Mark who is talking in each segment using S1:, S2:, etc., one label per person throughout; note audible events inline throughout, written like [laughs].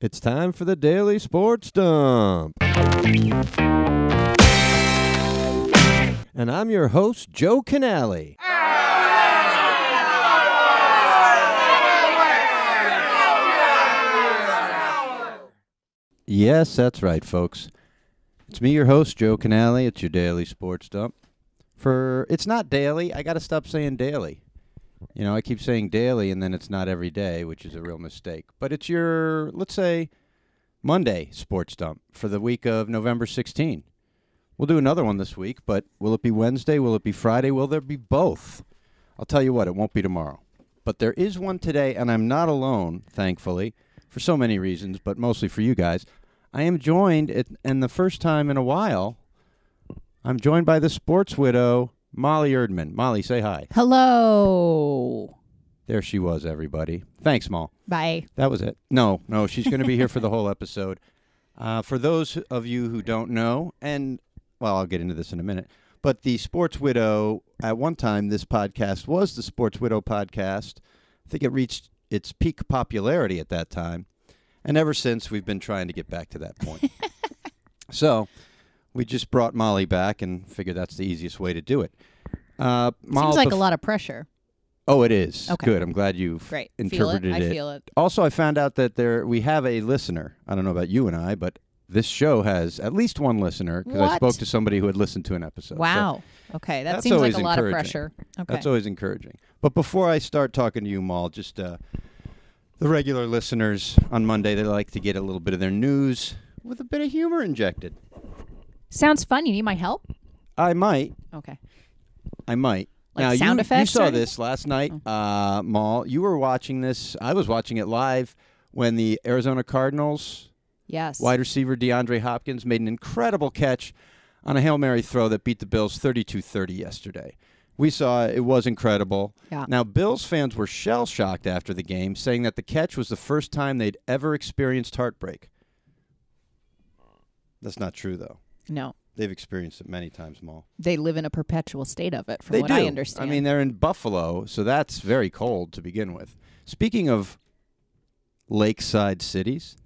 S1: It's time for the Daily Sports Dump. And I'm your host, Joe Canale. Yes, that's right, folks. It's me, your host, Joe Canale. It's your Daily Sports Dump. For it's not daily. I got to stop saying daily. You know, I keep saying daily and then it's not every day, which is a real mistake. But it's your, let's say, Monday sports dump for the week of November 16. We'll do another one this week, but will it be Wednesday? Will it be Friday? Will there be both? I'll tell you what, it won't be tomorrow. But there is one today, and I'm not alone, thankfully, for so many reasons, but mostly for you guys. I am joined, at, and the first time in a while, I'm joined by the sports widow, Molly Erdman. Molly, say hi.
S2: Hello.
S1: There she was, everybody. Thanks, Maul.
S2: Oh, Bye.
S1: That was it. No, no, she's going to be here for the
S2: [laughs]
S1: whole episode. Uh, for those of you who don't know, and well, I'll get into this in a minute, but the Sports Widow, at one time, this podcast was the Sports Widow podcast. I think it reached its peak popularity at that time. And ever since, we've been trying to get back to that point.
S2: [laughs]
S1: so we just brought Molly back and figured that's the easiest way to do it. Uh, Molly,
S2: Seems like a
S1: bef-
S2: lot of pressure.
S1: Oh, it is.
S2: Okay.
S1: Good. I'm glad you've
S2: Great.
S1: interpreted
S2: feel it. I feel it.
S1: also, I found out that there we have a listener. I don't know about you and I, but this show has at least one listener because I
S2: What?
S1: spoke to somebody who had listened to an episode. So
S2: Wow. Okay. That
S1: That's
S2: seems like
S1: always
S2: a lot of
S1: encouraging.
S2: pressure. Okay.
S1: that's always encouraging. But before I start talking to you, Maul, just uh, the regular listeners on Monday they like to get a little bit of their news with a bit of humor injected.
S2: Sounds fun. You need my help?
S1: I might,
S2: Okay.
S1: I might.
S2: Like
S1: now
S2: sound
S1: you,
S2: effects
S1: you saw
S2: or Mm. anything?
S1: this last night, uh, Maul. You were watching this. I was watching it live when the Arizona Cardinals
S2: Yes.
S1: Wide receiver DeAndre Hopkins made an incredible catch on a Hail Mary throw that beat the Bills 32 30 yesterday. We saw it, it was incredible.
S2: Yeah.
S1: Now, Bills fans were shell shocked after the game, saying that the catch was the first time they'd ever experienced heartbreak. That's not true, though.
S2: No.
S1: They've experienced it many times, Maul.
S2: They live in a perpetual state of it, from
S1: they
S2: what
S1: do.
S2: I understand.
S1: mean, they're in Buffalo, so that's very cold to begin with. Speaking of lakeside cities,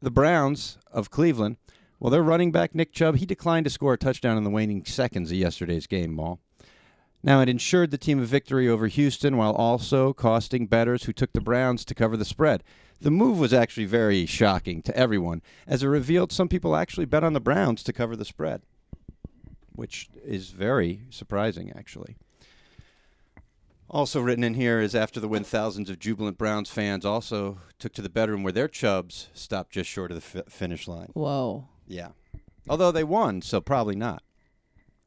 S1: the Browns of Cleveland, well, their running back Nick Chubb, he declined to score a touchdown in the waning seconds of yesterday's game, Maul. Now, it ensured the team a victory over Houston while also costing bettors who took the Browns to cover the spread. The move was actually very shocking to everyone, as it revealed some people actually bet on the Browns to cover the spread, which is very surprising, actually. Also written in here is after the win, thousands of jubilant Browns fans also took to the bedroom where their Chubs stopped just short of the f- finish line.
S2: Whoa.
S1: Yeah. Although they won, so probably not.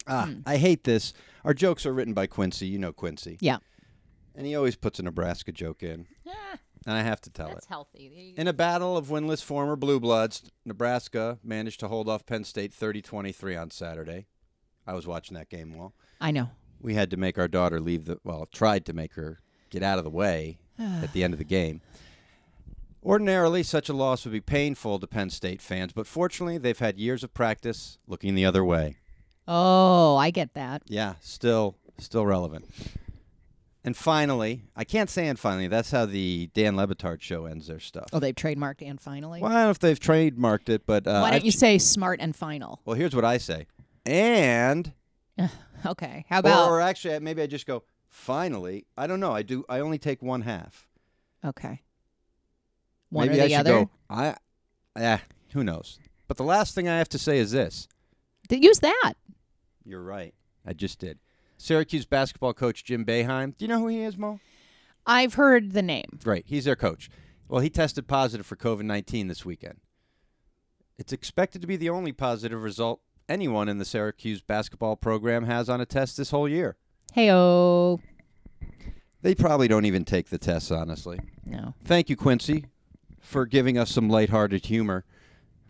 S1: Ah, I hate this. Our jokes are written by Quincy. You know Quincy.
S2: Yeah.
S1: And he always puts a Nebraska joke in. And I have to tell it.
S2: healthy.
S1: In a battle of winless former Blue Bloods, Nebraska managed to hold off Penn State 30 23 on Saturday. I was watching that game well.
S2: I know.
S1: We had to make our daughter leave the, well, tried to make her get out of the
S2: [sighs]
S1: way at the end of the game. Ordinarily, such a loss would be painful to Penn State fans, but fortunately, they've had years of practice looking the other way.
S2: Oh, I get that.
S1: Yeah, still still relevant. And finally, I can't say and finally, that's how the Dan Lebitard show ends their stuff.
S2: Oh, they trademarked and finally.
S1: Well, I don't know if they've trademarked it, but uh,
S2: Why
S1: I've
S2: don't you
S1: ch-
S2: say smart and final? [sighs]
S1: Well, here's what I say. And
S2: Okay. How about?
S1: or, or actually, maybe I just go finally. I don't know. I do. I only take one half.
S2: okay. One
S1: maybe
S2: or
S1: I
S2: the
S1: should
S2: other.
S1: go. I, eh, who knows? But the last thing I have to say is this.
S2: Th- Use that.
S1: You're right. I just did. Syracuse basketball coach Jim Beheim. Do you know who he is, Mo?
S2: I've heard the name.
S1: Right. He's their coach. Well, he tested positive for COVID 19 this weekend. It's expected to be the only positive result anyone in the Syracuse basketball program has on a test this whole year.
S2: Hey, oh.
S1: They probably don't even take the tests, honestly.
S2: No.
S1: Thank you, Quincy, for giving us some lighthearted humor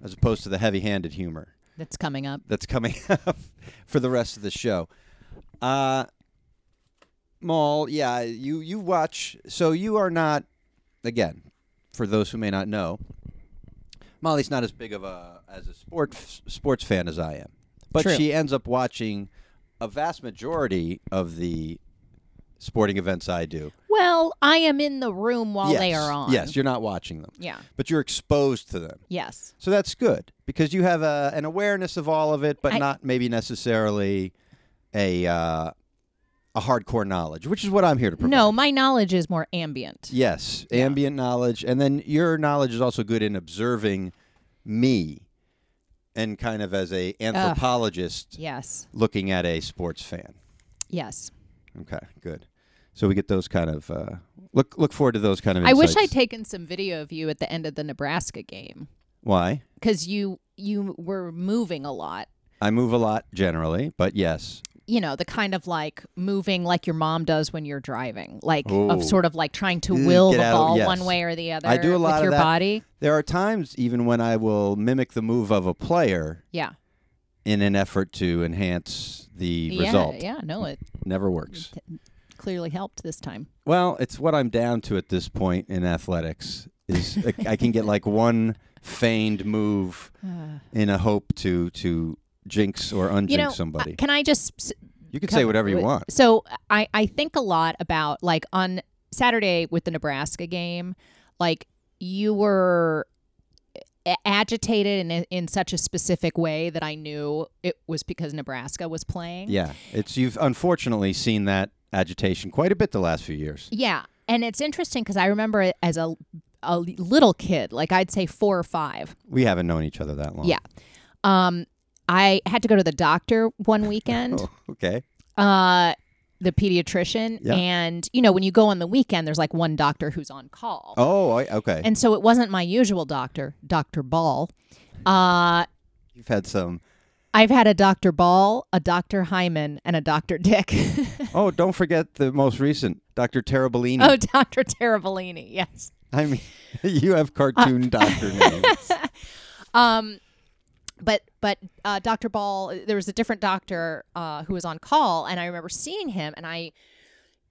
S1: as opposed to the heavy handed humor
S2: That's coming up.
S1: that's coming [laughs] up for the rest of the show. Uh, Maul, yeah, you you watch. So you are not, again, for those who may not know, Molly's not as big of a as a sport sports fan as I am, but
S2: True.
S1: she ends up watching a vast majority of the sporting events I do.
S2: Well, I am in the room while
S1: yes,
S2: they are on.
S1: Yes, you're not watching them,
S2: Yeah.
S1: but you're exposed to them.
S2: Yes.
S1: So that's good because you have a, an awareness of all of it, but
S2: I-
S1: not maybe necessarily a uh, a hardcore knowledge, which is what I'm here to provide.
S2: No, my knowledge is more ambient.
S1: Yes,
S2: Yeah.
S1: ambient knowledge, and then your knowledge is also good in observing me, and kind of as a anthropologist
S2: Yes.
S1: looking at a sports fan.
S2: Yes.
S1: Okay, good. So we get those kind of uh, look. Look forward to those kind of.
S2: I wish I'd
S1: insights.
S2: taken some video of you at the end of the Nebraska game
S1: Why
S2: because you you were moving a lot.
S1: I move a lot generally, but yes,
S2: You know, the kind of like moving like your mom does when you're driving, like
S1: Ooh.
S2: of sort of like trying to
S1: Mm,
S2: will
S1: Oh. get
S2: the
S1: out of-
S2: ball
S1: yes.
S2: one way or the other
S1: I do a lot
S2: with
S1: of
S2: your
S1: that.
S2: body.
S1: there are times even when I will mimic the move of a player
S2: Yeah.
S1: in an effort to enhance the
S2: Yeah.
S1: result.
S2: Yeah. No, it
S1: Never works.
S2: clearly helped this time.
S1: Well, it's what I'm down to at this point in athletics is I- I can get like [laughs] one feigned move
S2: Uh,
S1: in a hope to to jinx or unjinx
S2: you know,
S1: somebody.
S2: I- can I just s-
S1: you can say
S2: come
S1: whatever you
S2: with-
S1: want.
S2: So I, I think a lot about like on Saturday with the Nebraska game, like you were a- agitated in, a- in such a specific way that I knew it was because Nebraska was playing.
S1: Yeah, it's you've unfortunately seen that agitation quite a bit the last few years.
S2: Yeah. And it's interesting because I remember it as a, a little kid, like I'd say four or five,
S1: We haven't known each other that long.
S2: Yeah. um, I had to go to the doctor one weekend.
S1: [laughs] Oh, okay.
S2: uh the pediatrician
S1: Yeah.
S2: and you know when you go on the weekend there's like one doctor who's on call
S1: Oh, I, okay.
S2: and so it wasn't my usual doctor dr ball uh
S1: you've had some.
S2: i've had a dr ball a dr hyman and a dr dick [laughs]
S1: Oh, don't forget the most recent, Dr. Terabellini.
S2: oh dr terribellini yes
S1: [laughs] I mean, [laughs] you have
S2: Uh,
S1: cartoon
S2: [laughs]
S1: doctor names.
S2: um but but uh, dr ball there was a different doctor uh, who was on call and i remember seeing him and i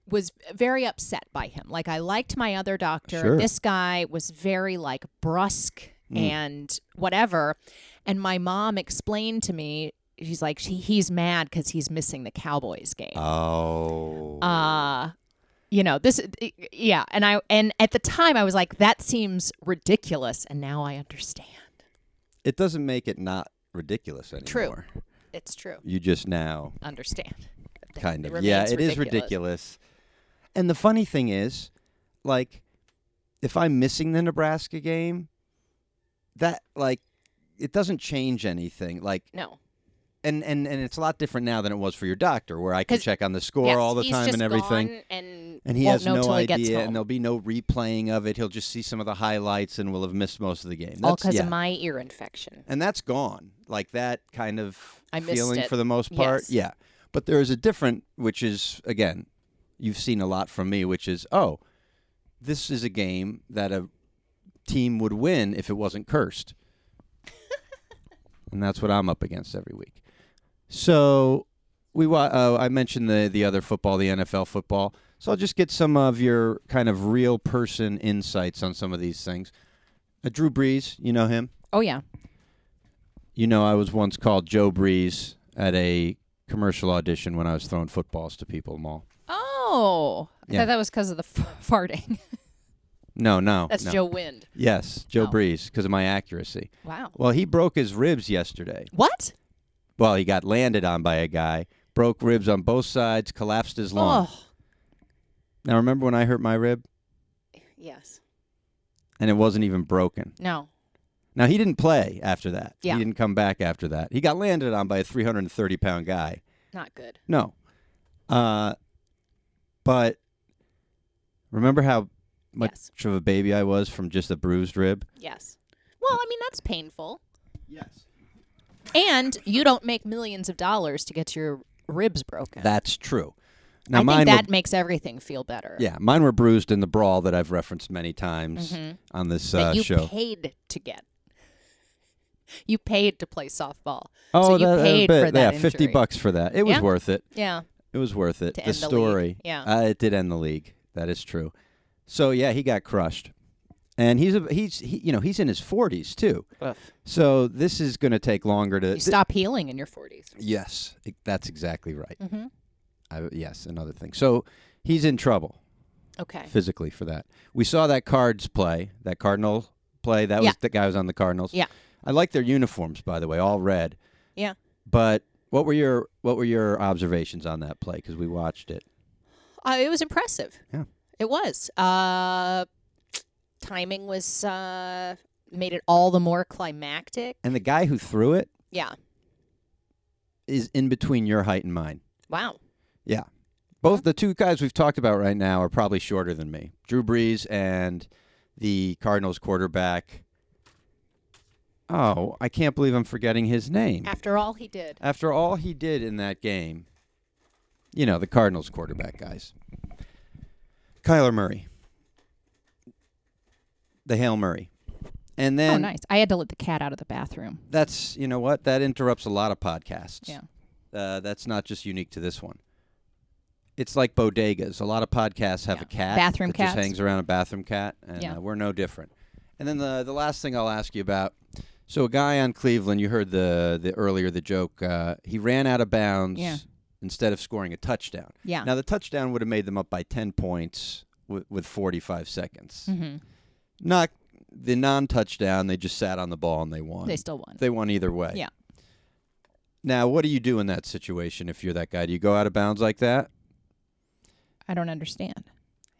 S2: was very upset by him like i liked my other doctor
S1: Sure.
S2: this guy was very like brusque and whatever and my mom explained to me she's like she, he's mad because he's missing the cowboys game
S1: Oh.
S2: uh you know this yeah and i and at the time i was like that seems ridiculous and now i understand
S1: it doesn't make it not ridiculous anymore.
S2: True. it's true
S1: You just now
S2: understand. That
S1: kind of.
S2: remains
S1: Yeah, it is ridiculous. And the funny thing is, like, if I'm missing the Nebraska game, that like it doesn't change anything. Like
S2: No,
S1: and and and it's a lot different now than it was for your doctor where I can
S2: 'Cause-
S1: check on the score
S2: Yes,
S1: all the
S2: he's
S1: time
S2: just
S1: and everything.
S2: gone and
S1: And he
S2: won't
S1: has
S2: know
S1: no
S2: till he gets
S1: idea,
S2: home.
S1: and there'll be no replaying of it. He'll just see some of the highlights, and will have missed most of the game.
S2: all
S1: That's-
S2: because
S1: yeah.
S2: of my ear infection.
S1: and that's gone. Like that kind of
S2: I missed
S1: feeling
S2: it.
S1: for the most part.
S2: Yes.
S1: Yeah. But there is a different, which is again, you've seen a lot from me, which is oh, this is a game that a team would win if it wasn't
S2: [laughs]
S1: cursed, and that's what I'm up against every week. So we wa- uh, I mentioned the the other football, the NFL football. So I'll just get some of your kind of real person insights on some of these things. Uh, Drew Brees, you know him.
S2: Oh yeah,
S1: You know, I was once called Joe Breeze at a commercial audition when I was throwing footballs to people, Mall.
S2: oh, I
S1: Yeah.
S2: thought that was because of the [laughs] f- farting.
S1: No, no.
S2: That's
S1: Oh, no.
S2: Joe Wind.
S1: Yes, Joe
S2: Oh.
S1: Breeze, because of my accuracy.
S2: Wow.
S1: Well, he broke his ribs yesterday.
S2: What?
S1: Well, he got landed on by a guy, broke ribs on both sides, collapsed his lung.
S2: Oh,
S1: Now, remember when I hurt my rib?
S2: yes.
S1: And it wasn't even broken.
S2: No.
S1: Now, he didn't play after that.
S2: Yeah.
S1: He didn't come back after that. He got landed on by a 330 pound guy.
S2: Not good.
S1: No. Uh, but remember how much
S2: Yes.
S1: of a baby I was from just a bruised rib?
S2: Yes. Well, I mean that's painful,
S1: Yes.
S2: and you don't make millions of dollars to get your ribs broken.
S1: That's true. Now
S2: I
S1: mine
S2: think that
S1: were,
S2: makes everything feel better.
S1: yeah, mine were bruised in the brawl that I've referenced many times on this
S2: Mm-hmm. That
S1: uh,
S2: you
S1: show.
S2: paid to get. You paid to play softball.
S1: oh,
S2: so you
S1: that, that
S2: paid
S1: bit-
S2: for that
S1: yeah, 50
S2: injury.
S1: bucks for that. It was
S2: Yeah.
S1: worth it.
S2: Yeah.
S1: It was worth it.
S2: To
S1: the
S2: end the league.
S1: story.
S2: Yeah.
S1: Uh, it did end the league. That is true. So yeah, he got crushed. And he's a, he's he, you know, he's in his 40s too. So this is going to take longer to
S2: You stop healing in your 40s.
S1: Yes, e- that's exactly right.
S2: Mm-hmm.
S1: I, yes, another thing. So he's in trouble.
S2: Okay.
S1: physically for that. We saw that Cards play, that Cardinal play. That
S2: Yeah.
S1: was the guy who was on the Cardinals.
S2: Yeah.
S1: I like their uniforms, by the way, all red.
S2: Yeah.
S1: But what were your what were your observations on that play? Because we watched it.
S2: Uh, it was impressive.
S1: Yeah.
S2: It was. Uh, timing was uh, made it all the more climactic.
S1: And the guy who threw it
S2: Yeah.
S1: is in between your height and mine.
S2: Wow.
S1: Yeah. Both the two guys we've talked about right now are probably shorter than me. Drew Brees and the Cardinals quarterback. Oh, I can't believe I'm forgetting his name.
S2: After all he did.
S1: After all he did in that game, you know, the Cardinals quarterback guys. Kyler Murray. The Hail Murray. And then
S2: oh, nice. I had to let the cat out of the bathroom.
S1: that's, you know what? That interrupts a lot of podcasts.
S2: Yeah.
S1: Uh, that's not just unique to this one. It's like bodegas. A lot of podcasts have
S2: Yeah.
S1: a cat.
S2: Bathroom
S1: that
S2: cats.
S1: just hangs around a bathroom cat, and
S2: Yeah.
S1: uh, we're no different. And then the the last thing I'll ask you about. So a guy on Cleveland, you heard the the earlier the joke. Uh, he ran out of bounds
S2: Yeah.
S1: instead of scoring a touchdown.
S2: Yeah.
S1: Now the touchdown would have made them up by ten points with, with forty five seconds.
S2: hmm
S1: Not the non touchdown. They just sat on the ball and they won.
S2: They still won.
S1: They won either way.
S2: Yeah.
S1: Now, what do you do in that situation if you're that guy? Do you go out of bounds like that?
S2: I don't understand.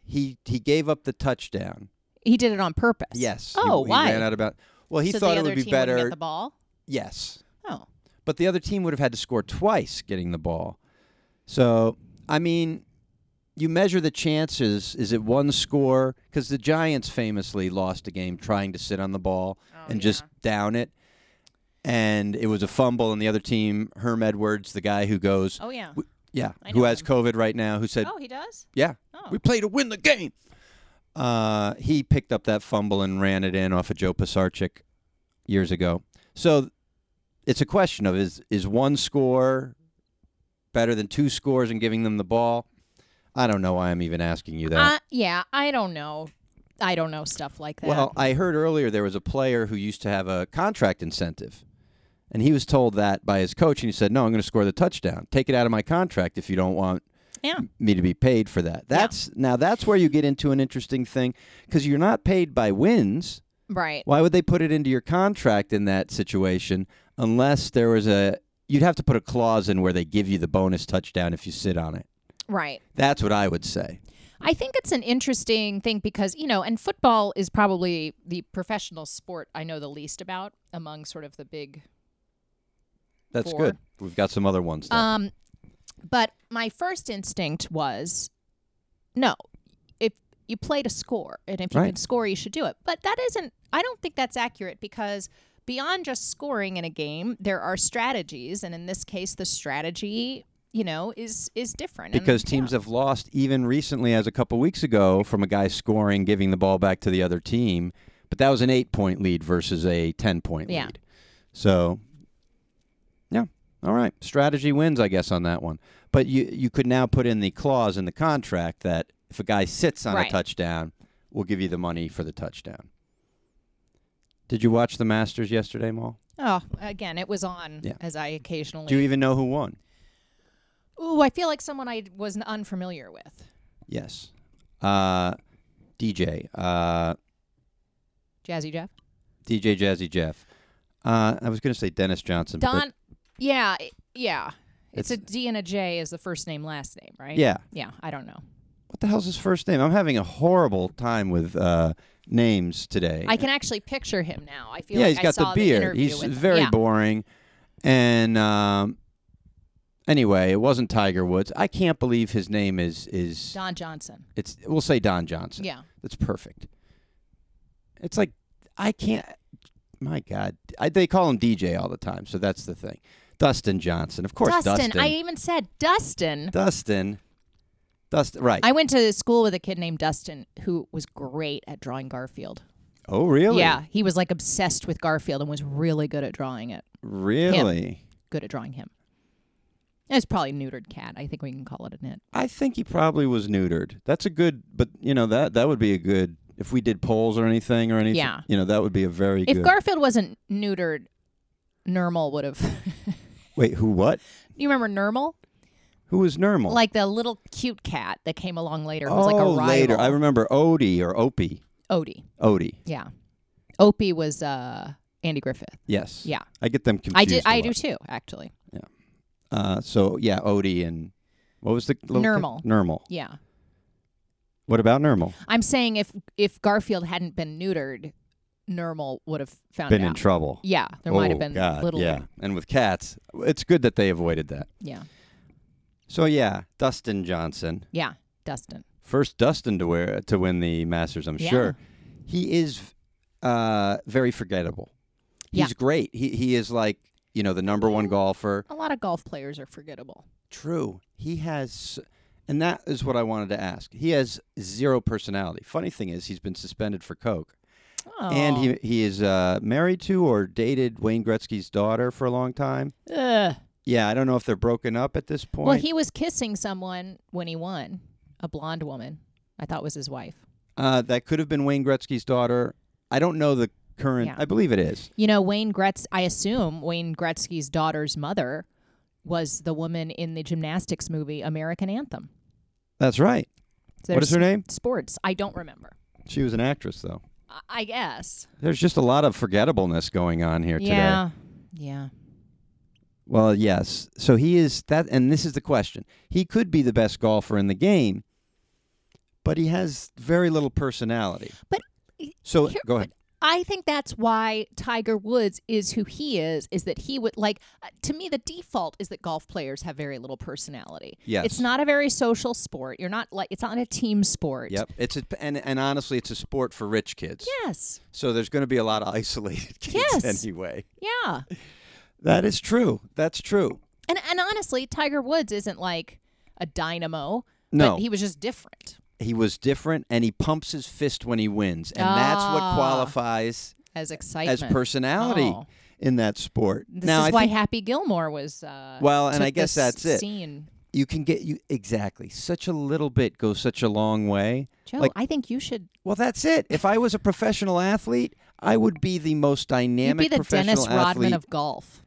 S1: He he gave up the touchdown.
S2: He did it on purpose.
S1: Yes. He-
S2: Oh,
S1: he,
S2: why?
S1: ran out of bounds. Well, he
S2: so
S1: thought
S2: the
S1: it
S2: other
S1: would be
S2: team wouldn't
S1: better.
S2: Get the ball.
S1: yes.
S2: Oh.
S1: But the other team would have had to score twice getting the ball. So, I mean, you measure the chances. Is it one score? Because the Giants famously lost a game trying to sit on the ball
S2: Oh,
S1: and just down it. And it was a fumble, and the other team, Herm Edwards, the guy who goes,
S2: Oh yeah.
S1: w- yeah,
S2: I
S1: who
S2: know
S1: has
S2: him.
S1: COVID right now, who said,
S2: Oh, he does.
S1: yeah,
S2: Oh.
S1: we play to win the game. Uh, he picked up that fumble and ran it in off of Joe Pisarcik years ago. So it's a question of is is one score better than two scores and giving them the ball? I don't know why I'm even asking you that.
S2: Uh, yeah. I don't know. I don't know stuff like that.
S1: well, I heard earlier there was a player who used to have a contract incentive. And he was told that by his coach, and he said, "No, I'm going to score the touchdown. Take it out of my contract if you don't want
S2: yeah.
S1: me to be paid for that. That's now that's where you get into an interesting thing because you're not paid by wins.
S2: Right.
S1: Why would they put it into your contract in that situation unless there was a you'd have to put a clause in where they give you the bonus touchdown if you sit on it.
S2: Right.
S1: That's what I would say.
S2: I think it's an interesting thing because, you know, and football is probably the professional sport I know the least about among sort of the big.
S1: That's
S2: Four.
S1: good. We've got some other ones. Though.
S2: Um, but my first instinct was no, if you play to score and if you
S1: Right.
S2: can score, you should do it. But that isn't, I don't think that's accurate because beyond just scoring in a game, there are strategies. And in this case, the strategy, you know, is is different. And-
S1: because teams
S2: yeah.
S1: have lost even recently as a couple weeks ago from a guy scoring giving the ball back to the other team but that was an eight point lead versus a ten point
S2: Yeah.
S1: lead so yeah all right strategy wins i guess on that one but you you could now put in the clause in the contract that if a guy sits on
S2: Right.
S1: a touchdown we'll give you the money for the touchdown did you watch the masters yesterday Maul?
S2: Oh, again, it was on
S1: Yeah.
S2: as I occasionally
S1: do you even know who won
S2: Ooh, I feel like someone I was unfamiliar with.
S1: yes uh dj uh
S2: Jazzy Jeff.
S1: DJ Jazzy Jeff. Uh, I was going to say Dennis Johnson. but-
S2: Don. Yeah, i- yeah. It's, a
S1: It's-
S2: D and a J is the first name, last name, right?
S1: yeah.
S2: Yeah, I don't know.
S1: What the hell's his first name? I'm having a horrible time with uh, names today.
S2: I can actually picture him now. I feel
S1: yeah,
S2: like
S1: he's
S2: I
S1: got
S2: saw
S1: the beard.
S2: interview
S1: he's
S2: with him.
S1: very
S2: yeah.
S1: boring. And um, anyway, it wasn't Tiger Woods. I can't believe his name is is
S2: Don Johnson.
S1: it's. We'll say Don Johnson.
S2: Yeah.
S1: That's perfect. It's like I can't. My God, I, they call him DJ all the time, so that's the thing. Dustin Johnson, of course.
S2: Dustin.
S1: Dustin.
S2: I even said Dustin.
S1: Dustin. Dustin. Right.
S2: I went to school with a kid named Dustin who was great at drawing Garfield.
S1: oh, really?
S2: Yeah, he was like obsessed with Garfield and was really good at drawing it.
S1: Really?
S2: Good at drawing him. It's probably neutered cat. I think we can call it a nit.
S1: I think he probably was neutered. That's a good, but you know that that would be a good if we did polls or anything or anything.
S2: Yeah.
S1: You know that would be a very
S2: If
S1: good.
S2: Garfield wasn't neutered, Nermal would have. [laughs]
S1: Wait, who? What?
S2: you remember Nermal?
S1: Who was Nermal?
S2: Like the little cute cat that came along later. Who
S1: oh,
S2: was like a rival.
S1: later. I remember Odie or Opie.
S2: Odie.
S1: Odie.
S2: Yeah. Opie was uh, Andy Griffith.
S1: Yes.
S2: Yeah.
S1: I get them confused.
S2: I did.
S1: a
S2: I
S1: lot.
S2: do too, actually.
S1: Uh, so yeah, Odie and what was the little
S2: Nermal.
S1: Kid? Nermal.
S2: Yeah.
S1: What about Nermal?
S2: I'm saying if if Garfield hadn't been neutered, Normal would have found
S1: Been
S2: out.
S1: in trouble.
S2: Oh, yeah, there
S1: oh,
S2: might have been
S1: God,
S2: little.
S1: Yeah, and with cats, it's good that they avoided that.
S2: yeah,
S1: So yeah, Dustin Johnson,
S2: yeah. Dustin.
S1: first Dustin to wear to win the Masters, I'm
S2: Yeah.
S1: sure. He is uh, very forgettable.
S2: Yeah.
S1: He's great. He he is like you know the number one golfer.
S2: A lot of golf players are forgettable.
S1: True. He has, and that is what I wanted to ask. He has zero personality. Funny thing is, he's been suspended for coke,
S2: Oh.
S1: and he he is uh, married to or dated Wayne Gretzky's daughter for a long time.
S2: Ugh.
S1: Yeah, I don't know if they're broken up at this point.
S2: Well, he was kissing someone when he won. A blonde woman, I thought was his wife.
S1: uh, that could have been Wayne Gretzky's daughter. I don't know the current.
S2: Yeah.
S1: I believe it is.
S2: You know, Wayne Gretz. I assume Wayne Gretzky's daughter's mother was the woman in the gymnastics movie American Anthem.
S1: That's right.
S2: So
S1: what is her
S2: there's
S1: name?
S2: Sports. I don't remember.
S1: She was an actress, though.
S2: I- I guess.
S1: There's just a lot of forgettableness going on here today.
S2: Yeah. Yeah.
S1: Well, yes. So he is that, and this is the question. He could be the best golfer in the game, but he has very little personality.
S2: But-
S1: so
S2: here-
S1: go ahead.
S2: I think that's why Tiger Woods is who he is. Is that he would like uh, to me the default is that golf players have very little personality.
S1: Yes.
S2: it's not a very social sport. You're not like it's not a team sport.
S1: Yep. It's a, and and honestly, it's a sport for rich kids.
S2: Yes.
S1: So there's going to be a lot of [laughs] isolated kids
S2: Yes.
S1: anyway.
S2: Yeah.
S1: That is true. That's true.
S2: And and honestly, Tiger Woods isn't like a dynamo.
S1: No.
S2: But he was just different
S1: He was different, and he pumps his fist when he wins, and that's what
S2: Ah.
S1: qualifies as
S2: as excitement
S1: personality
S2: Oh.
S1: in that sport.
S2: This
S1: now,
S2: is
S1: I
S2: why
S1: think
S2: Happy Gilmore was. Uh,
S1: Well, and
S2: took
S1: I guess
S2: this
S1: that's it.
S2: Scene.
S1: you can get you exactly such a little bit goes such a long way.
S2: Joe,
S1: Like-
S2: I think you should
S1: Well, that's it. If I was a professional athlete, I would be the most
S2: you
S1: dynamic
S2: be the
S1: professional
S2: Dennis Rodman
S1: athlete.
S2: of golf.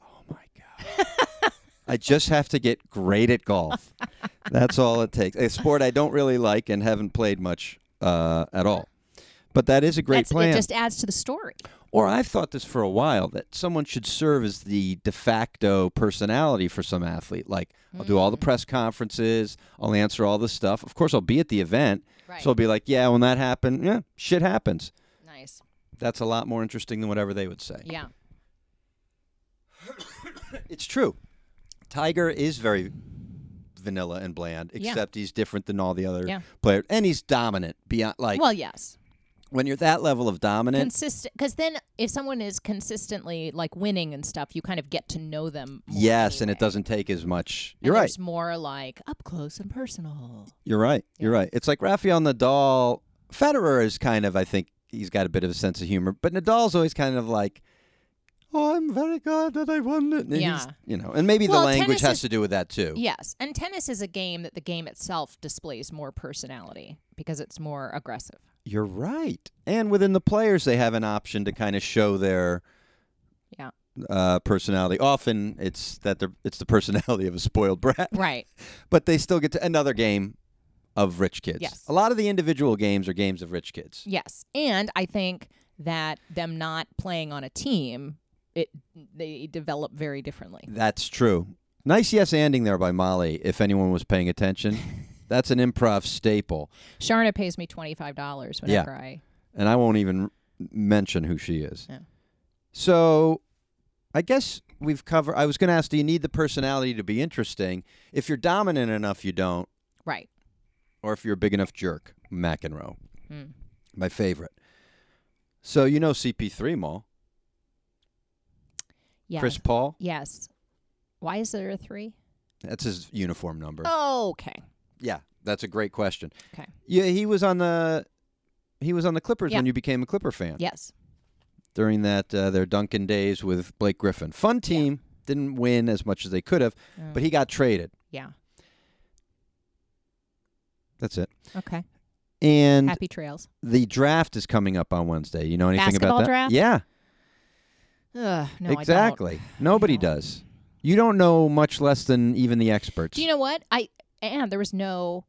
S1: oh my god! I just have to get great at golf.
S2: [laughs]
S1: That's all it takes. A sport I don't really like and haven't played much uh, at all. But that is a great
S2: That's,
S1: plan.
S2: It just adds to the story.
S1: Or I've thought this for a while that someone should serve as the de facto personality for some athlete. Like, I'll do all
S2: Mm.
S1: the press conferences, I'll answer all the stuff. Of course, I'll be at the event.
S2: Right.
S1: So I'll be like, yeah, when that happened, yeah, shit happens.
S2: Nice.
S1: That's a lot more interesting than whatever they would say.
S2: Yeah.
S1: It's true. Tiger is very vanilla and bland,
S2: Yeah.
S1: except he's different than all the other
S2: Yeah.
S1: players. And he's dominant beyond, like,
S2: Well, yes.
S1: when you're that level of dominant,
S2: Consistent. Because then if someone is consistently like winning and stuff, you kind of get to know them. More
S1: yes, and it
S2: anyway.
S1: doesn't take as much.
S2: And
S1: You're right.
S2: There's more like up close and personal.
S1: You're right. You're right. It's like Rafael Nadal. Federer is kind of, I think, he's got a bit of a sense of humor, but Nadal's always kind of like, "Oh, I'm very glad that I won it." And he's-
S2: Yeah.
S1: you know, and maybe
S2: Well,
S1: the language
S2: tennis
S1: has
S2: is-
S1: to do with that too.
S2: Yes. And tennis is a game that the game itself displays more personality because it's more aggressive.
S1: You're right. And within the players, they have an option to kind of show their
S2: Yeah.
S1: uh, personality. Often, it's that they're it's the [laughs] personality of a spoiled brat,
S2: [laughs] Right.
S1: but they still get to another game of rich kids.
S2: Yes.
S1: A lot of the individual games are games of rich kids.
S2: Yes. And I think that them not playing on a team, it they develop very differently.
S1: That's true. Nice yes anding there by Molly, if anyone was paying
S2: [laughs]
S1: attention. That's an improv staple.
S2: Sharna pays me twenty five dollars whenever I
S1: And I won't even mention who she is.
S2: Yeah.
S1: So I guess we've covered. I was going to ask do you need the personality to be interesting? If you're dominant enough, you don't.
S2: Right.
S1: Or if you're a big enough jerk, McEnroe.
S2: Mm.
S1: My favorite. So you know CP3 Mall,
S2: Yeah.
S1: Chris Paul.
S2: Yes. Why is there a three?
S1: That's his uniform number.
S2: Oh, okay.
S1: Yeah, that's a great question.
S2: Okay.
S1: Yeah, he was on the he was on the Clippers
S2: Yeah.
S1: when you became a Clipper fan
S2: Yes.
S1: during that uh, their Duncan days with Blake Griffin. Fun team, didn't win as much as they could have, but he got traded.
S2: Yeah.
S1: That's it.
S2: Mm, Okay.
S1: And
S2: Happy trails.
S1: the draft is coming up on Wednesday. You know anything
S2: Basketball
S1: about that?
S2: draft?
S1: Yeah,
S2: Ugh, no, I don't.
S1: exactly. Nobody
S2: don't.
S1: does. You don't know much less than even the experts.
S2: Do you know what? I and there was no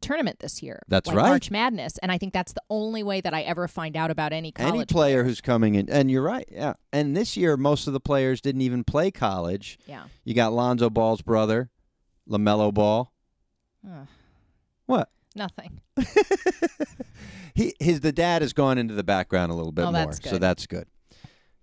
S2: tournament this year.
S1: That's
S2: like
S1: right.
S2: March Madness, and I think that's the only way that I ever find out about any college.
S1: Any player who's coming in, and you're right. Yeah. And this year, most of the players didn't even play college.
S2: Yeah.
S1: You got Lonzo Ball's brother, LaMelo Ball.
S2: Ugh,
S1: What?
S2: nothing.
S1: He his the dad has gone into the background a little bit
S2: Oh,
S1: more,
S2: that's
S1: so
S2: good.
S1: that's good.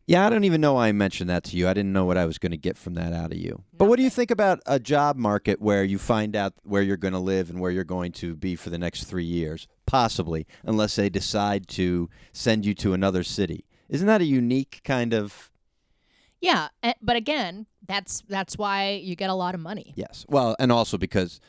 S1: Yeah, I don't even know why I mentioned that to you. I didn't know what I was going to get from that out of you. But what do you think about a job market where you find out where you're going to live and where you're going to be for the next three years, possibly, unless they decide to send you to another city? Isn't that a unique kind of?
S2: Yeah, eh, but again, that's that's why you get a lot of money.
S1: Yes. Well, and also because.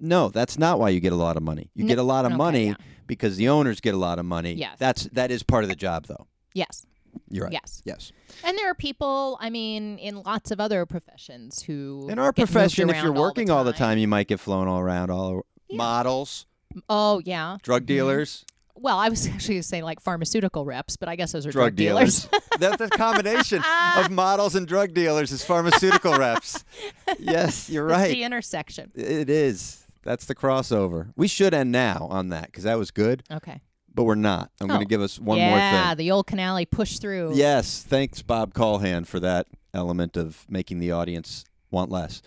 S1: No, that's not why you get a lot of money. You
S2: No-
S1: get a lot of
S2: okay,
S1: money
S2: yeah.
S1: because the owners get a lot of money.
S2: Yes.
S1: That's that is part of the job though.
S2: Yes,
S1: You're right.
S2: yes,
S1: Yes.
S2: and there are people. I mean, in lots of other professions who
S1: In our
S2: get moved
S1: profession, if
S2: around
S1: you're working all the time,
S2: time-
S1: you might get flown all around all over. models,
S2: Oh yeah.
S1: drug dealers,
S2: Well, I was [laughs] actually gonna say like pharmaceutical reps, but I guess those are
S1: drug dealers. [laughs]
S2: [laughs]
S1: That's the combination of models and drug dealers is pharmaceutical reps.
S2: [laughs]
S1: Yes, you're
S2: It's the
S1: right.
S2: intersection.
S1: It is. That's the crossover. We should end now on that because that was good,
S2: Okay.
S1: but we're not. I'm going
S2: Oh.
S1: to give us one
S2: yeah,
S1: more thing.
S2: the old canali push through.
S1: Yes, thanks Bob Callahan for that element of making the audience want less.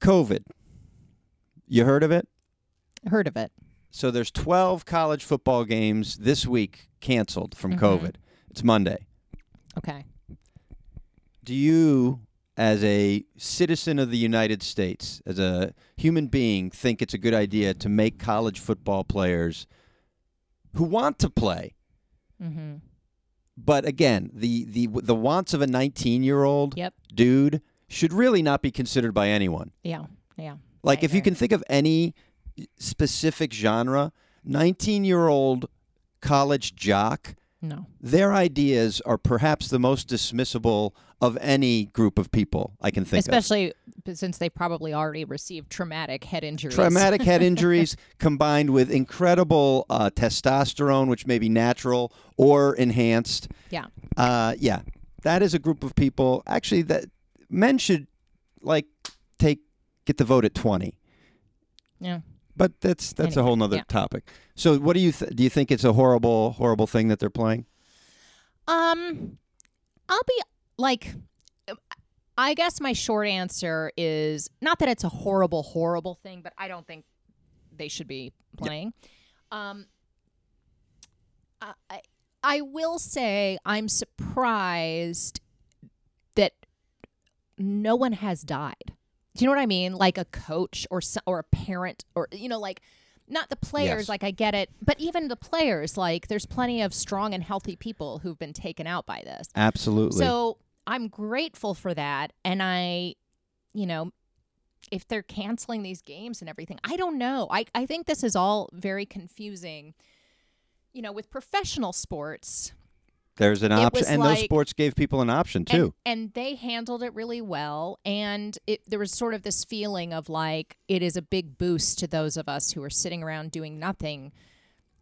S1: COVID. You heard of it?
S2: Heard of it.
S1: So there's 12 college football games this week canceled from
S2: Mhm.
S1: COVID. It's Monday.
S2: Okay.
S1: Do you as a citizen of the United States, as a human being, think it's a good idea to make college football players who want to play?
S2: Mm-hmm.
S1: But again, the the the wants of a 19-year-old
S2: Yep.
S1: dude should really not be considered by anyone.
S2: Yeah. Yeah.
S1: Like,
S2: I
S1: if you
S2: agree.
S1: can think of any specific genre, 19 year old college jock,
S2: No.
S1: their ideas are perhaps the most dismissible of any group of people I can think of.
S2: Especially b- since they probably already received traumatic head injuries.
S1: Traumatic
S2: [laughs]
S1: head injuries combined with incredible uh, testosterone, which may be natural or enhanced.
S2: Yeah.
S1: Uh, yeah, that is a group of people. Actually, that men should like take get the vote at 20.
S2: Yeah.
S1: But that's that's a
S2: Anyway,
S1: whole nother
S2: yeah.
S1: topic. So, what do you th- do? You think it's a horrible, horrible thing that they're playing?
S2: Um, I'll be like, I guess my short answer is not that it's a horrible, horrible thing, but I don't think they should be playing. Um, I I- I will say I'm surprised that no one has died. Do you know what I mean? Like a coach or so, or a parent or you know like not the players
S1: Yes.
S2: like I get it, but even the players like there's plenty of strong and healthy people who've been taken out by this.
S1: Absolutely.
S2: So I'm grateful for that. And I, you know, if they're canceling these games and everything, I don't know. I, I think this is all very confusing. You know, with professional sports,
S1: There's an
S2: it
S1: option,
S2: was
S1: and those
S2: like-
S1: sports gave people an option
S2: and-
S1: too.
S2: And, they handled it really well. And it, there was sort of this feeling of like it is a big boost to those of us who are sitting around doing nothing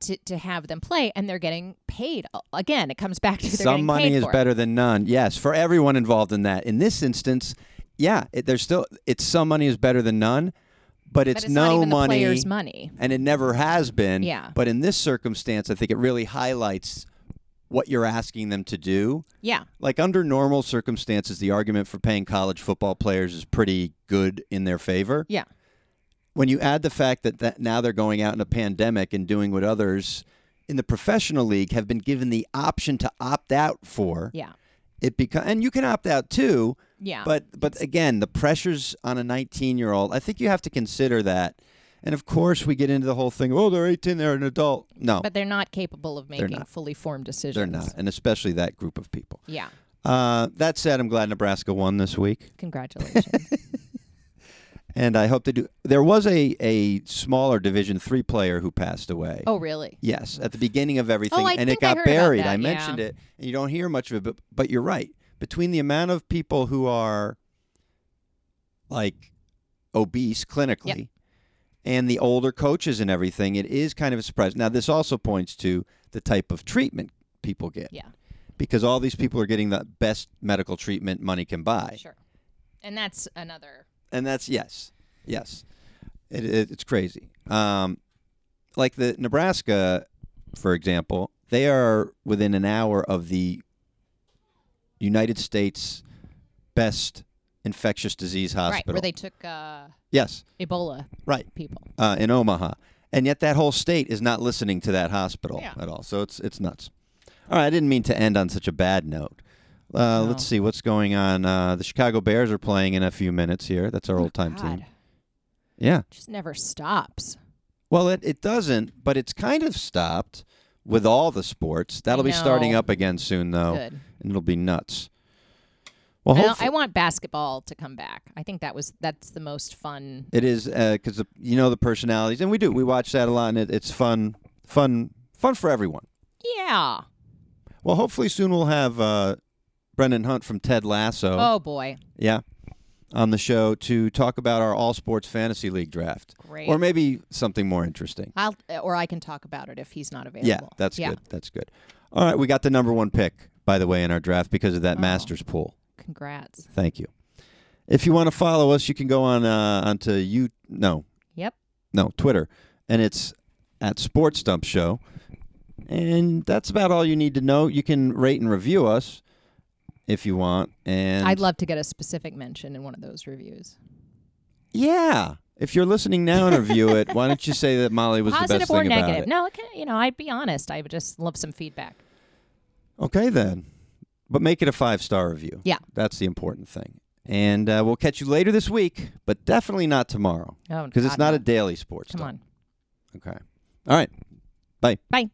S2: to, to have them play, and they're getting paid. Again, it comes back to [laughs] they're
S1: Some
S2: getting
S1: money
S2: paid
S1: is
S2: for it.
S1: better than none. Yes, for everyone involved in that. In this instance, yeah, it, there's still it's some money is better than none, but it's,
S2: But it's
S1: no
S2: not even
S1: money,
S2: the players' money.
S1: and it never has been.
S2: Yeah.
S1: But in this circumstance, I think it really highlights what you're asking them to do.
S2: Yeah.
S1: Like under normal circumstances, the argument for paying college football players is pretty good in their favor.
S2: Yeah.
S1: When you add the fact that, that now they're going out in a pandemic and doing what others in the professional league have been given the option to opt out for,
S2: Yeah.
S1: it becomes and you can opt out too.
S2: Yeah.
S1: But but again, the pressures on a 19 year old, I think you have to consider that. And of course, we get into the whole thing. Oh, they're 18, they're an adult. No,
S2: but they're not capable of making
S1: not.
S2: fully formed decisions.
S1: they're not, and especially that group of people. [laughs]
S2: Yeah.
S1: Uh, that said, I'm glad Nebraska won this week.
S2: Congratulations.
S1: and I hope to do. There was a a smaller Division three player who passed away.
S2: oh,
S1: [laughs]
S2: really?
S1: Yes, at the beginning of everything,
S2: I
S1: and it
S2: think I
S1: got
S2: heard about
S1: buried.
S2: that,
S1: I
S2: yeah.
S1: mentioned it, and you don't hear much of it. But but you're right. Between the amount of people who are like obese clinically. And the older coaches and everything, it is kind of a surprise. Now, this also points to the type of treatment people get.
S2: Yeah.
S1: because all these people are getting the best medical treatment money can buy.
S2: Sure. And that's another.
S1: and that's yes, yes, it, it, it's crazy. Um, like the Nebraska, for example, they are within an hour of the United States best infectious disease
S2: Right,
S1: hospital.
S2: where they took uh,
S1: yes,
S2: Ebola
S1: right
S2: people.
S1: uh, in Omaha, and yet that whole state is not listening to that hospital
S2: Yeah.
S1: at all. So it's it's nuts. All right, I didn't mean to end on such a bad note. Uh, Let's see what's going on. Uh, the Chicago Bears are playing in a few minutes here. That's our old time
S2: Oh, God,
S1: team. Yeah.
S2: just never stops.
S1: Well, it, it doesn't, but it's kind of stopped with all the sports. That'll be starting
S2: know.
S1: up again soon, though,
S2: Good.
S1: and it'll be nuts. Well,
S2: I,
S1: hopefully
S2: I want basketball to come back. I think that was that's the most fun.
S1: it is because you know the personalities, and we do. We watch that a lot, and it, it's fun, fun, fun for everyone.
S2: Yeah.
S1: Well, hopefully soon we'll have uh, Brendan Hunt from Ted Lasso,
S2: Oh boy.
S1: yeah, on the show to talk about our all sports fantasy league draft,
S2: Great.
S1: or maybe something more interesting.
S2: I'll or I can talk about it if he's not available.
S1: Yeah, that's good. That's good. All right, we got the number one pick, by the way, in our draft because of that
S2: Oh.
S1: Masters pool.
S2: Congrats.
S1: Thank you. If you want to follow us, you can go on uh, onto you no
S2: Yep.
S1: no Twitter, and it's at Sports Dump Show, and that's about all you need to know. You can rate and review us if you want, and
S2: I'd love to get a specific mention in one of those reviews.
S1: yeah. If you're listening now and review it, why don't you say that Molly was the
S2: Positive
S1: best
S2: or
S1: thing
S2: negative.
S1: about
S2: No, it can, you know, I'd be honest. I would just love some feedback.
S1: it? Okay then, but make it a five star review.
S2: Yeah.
S1: that's the important thing. And uh, we'll catch you later this week, but definitely not tomorrow
S2: Oh,
S1: because it's
S2: God,
S1: not
S2: no.
S1: a daily sports.
S2: Come
S1: Dump.
S2: on.
S1: Okay. All right.
S2: Bye.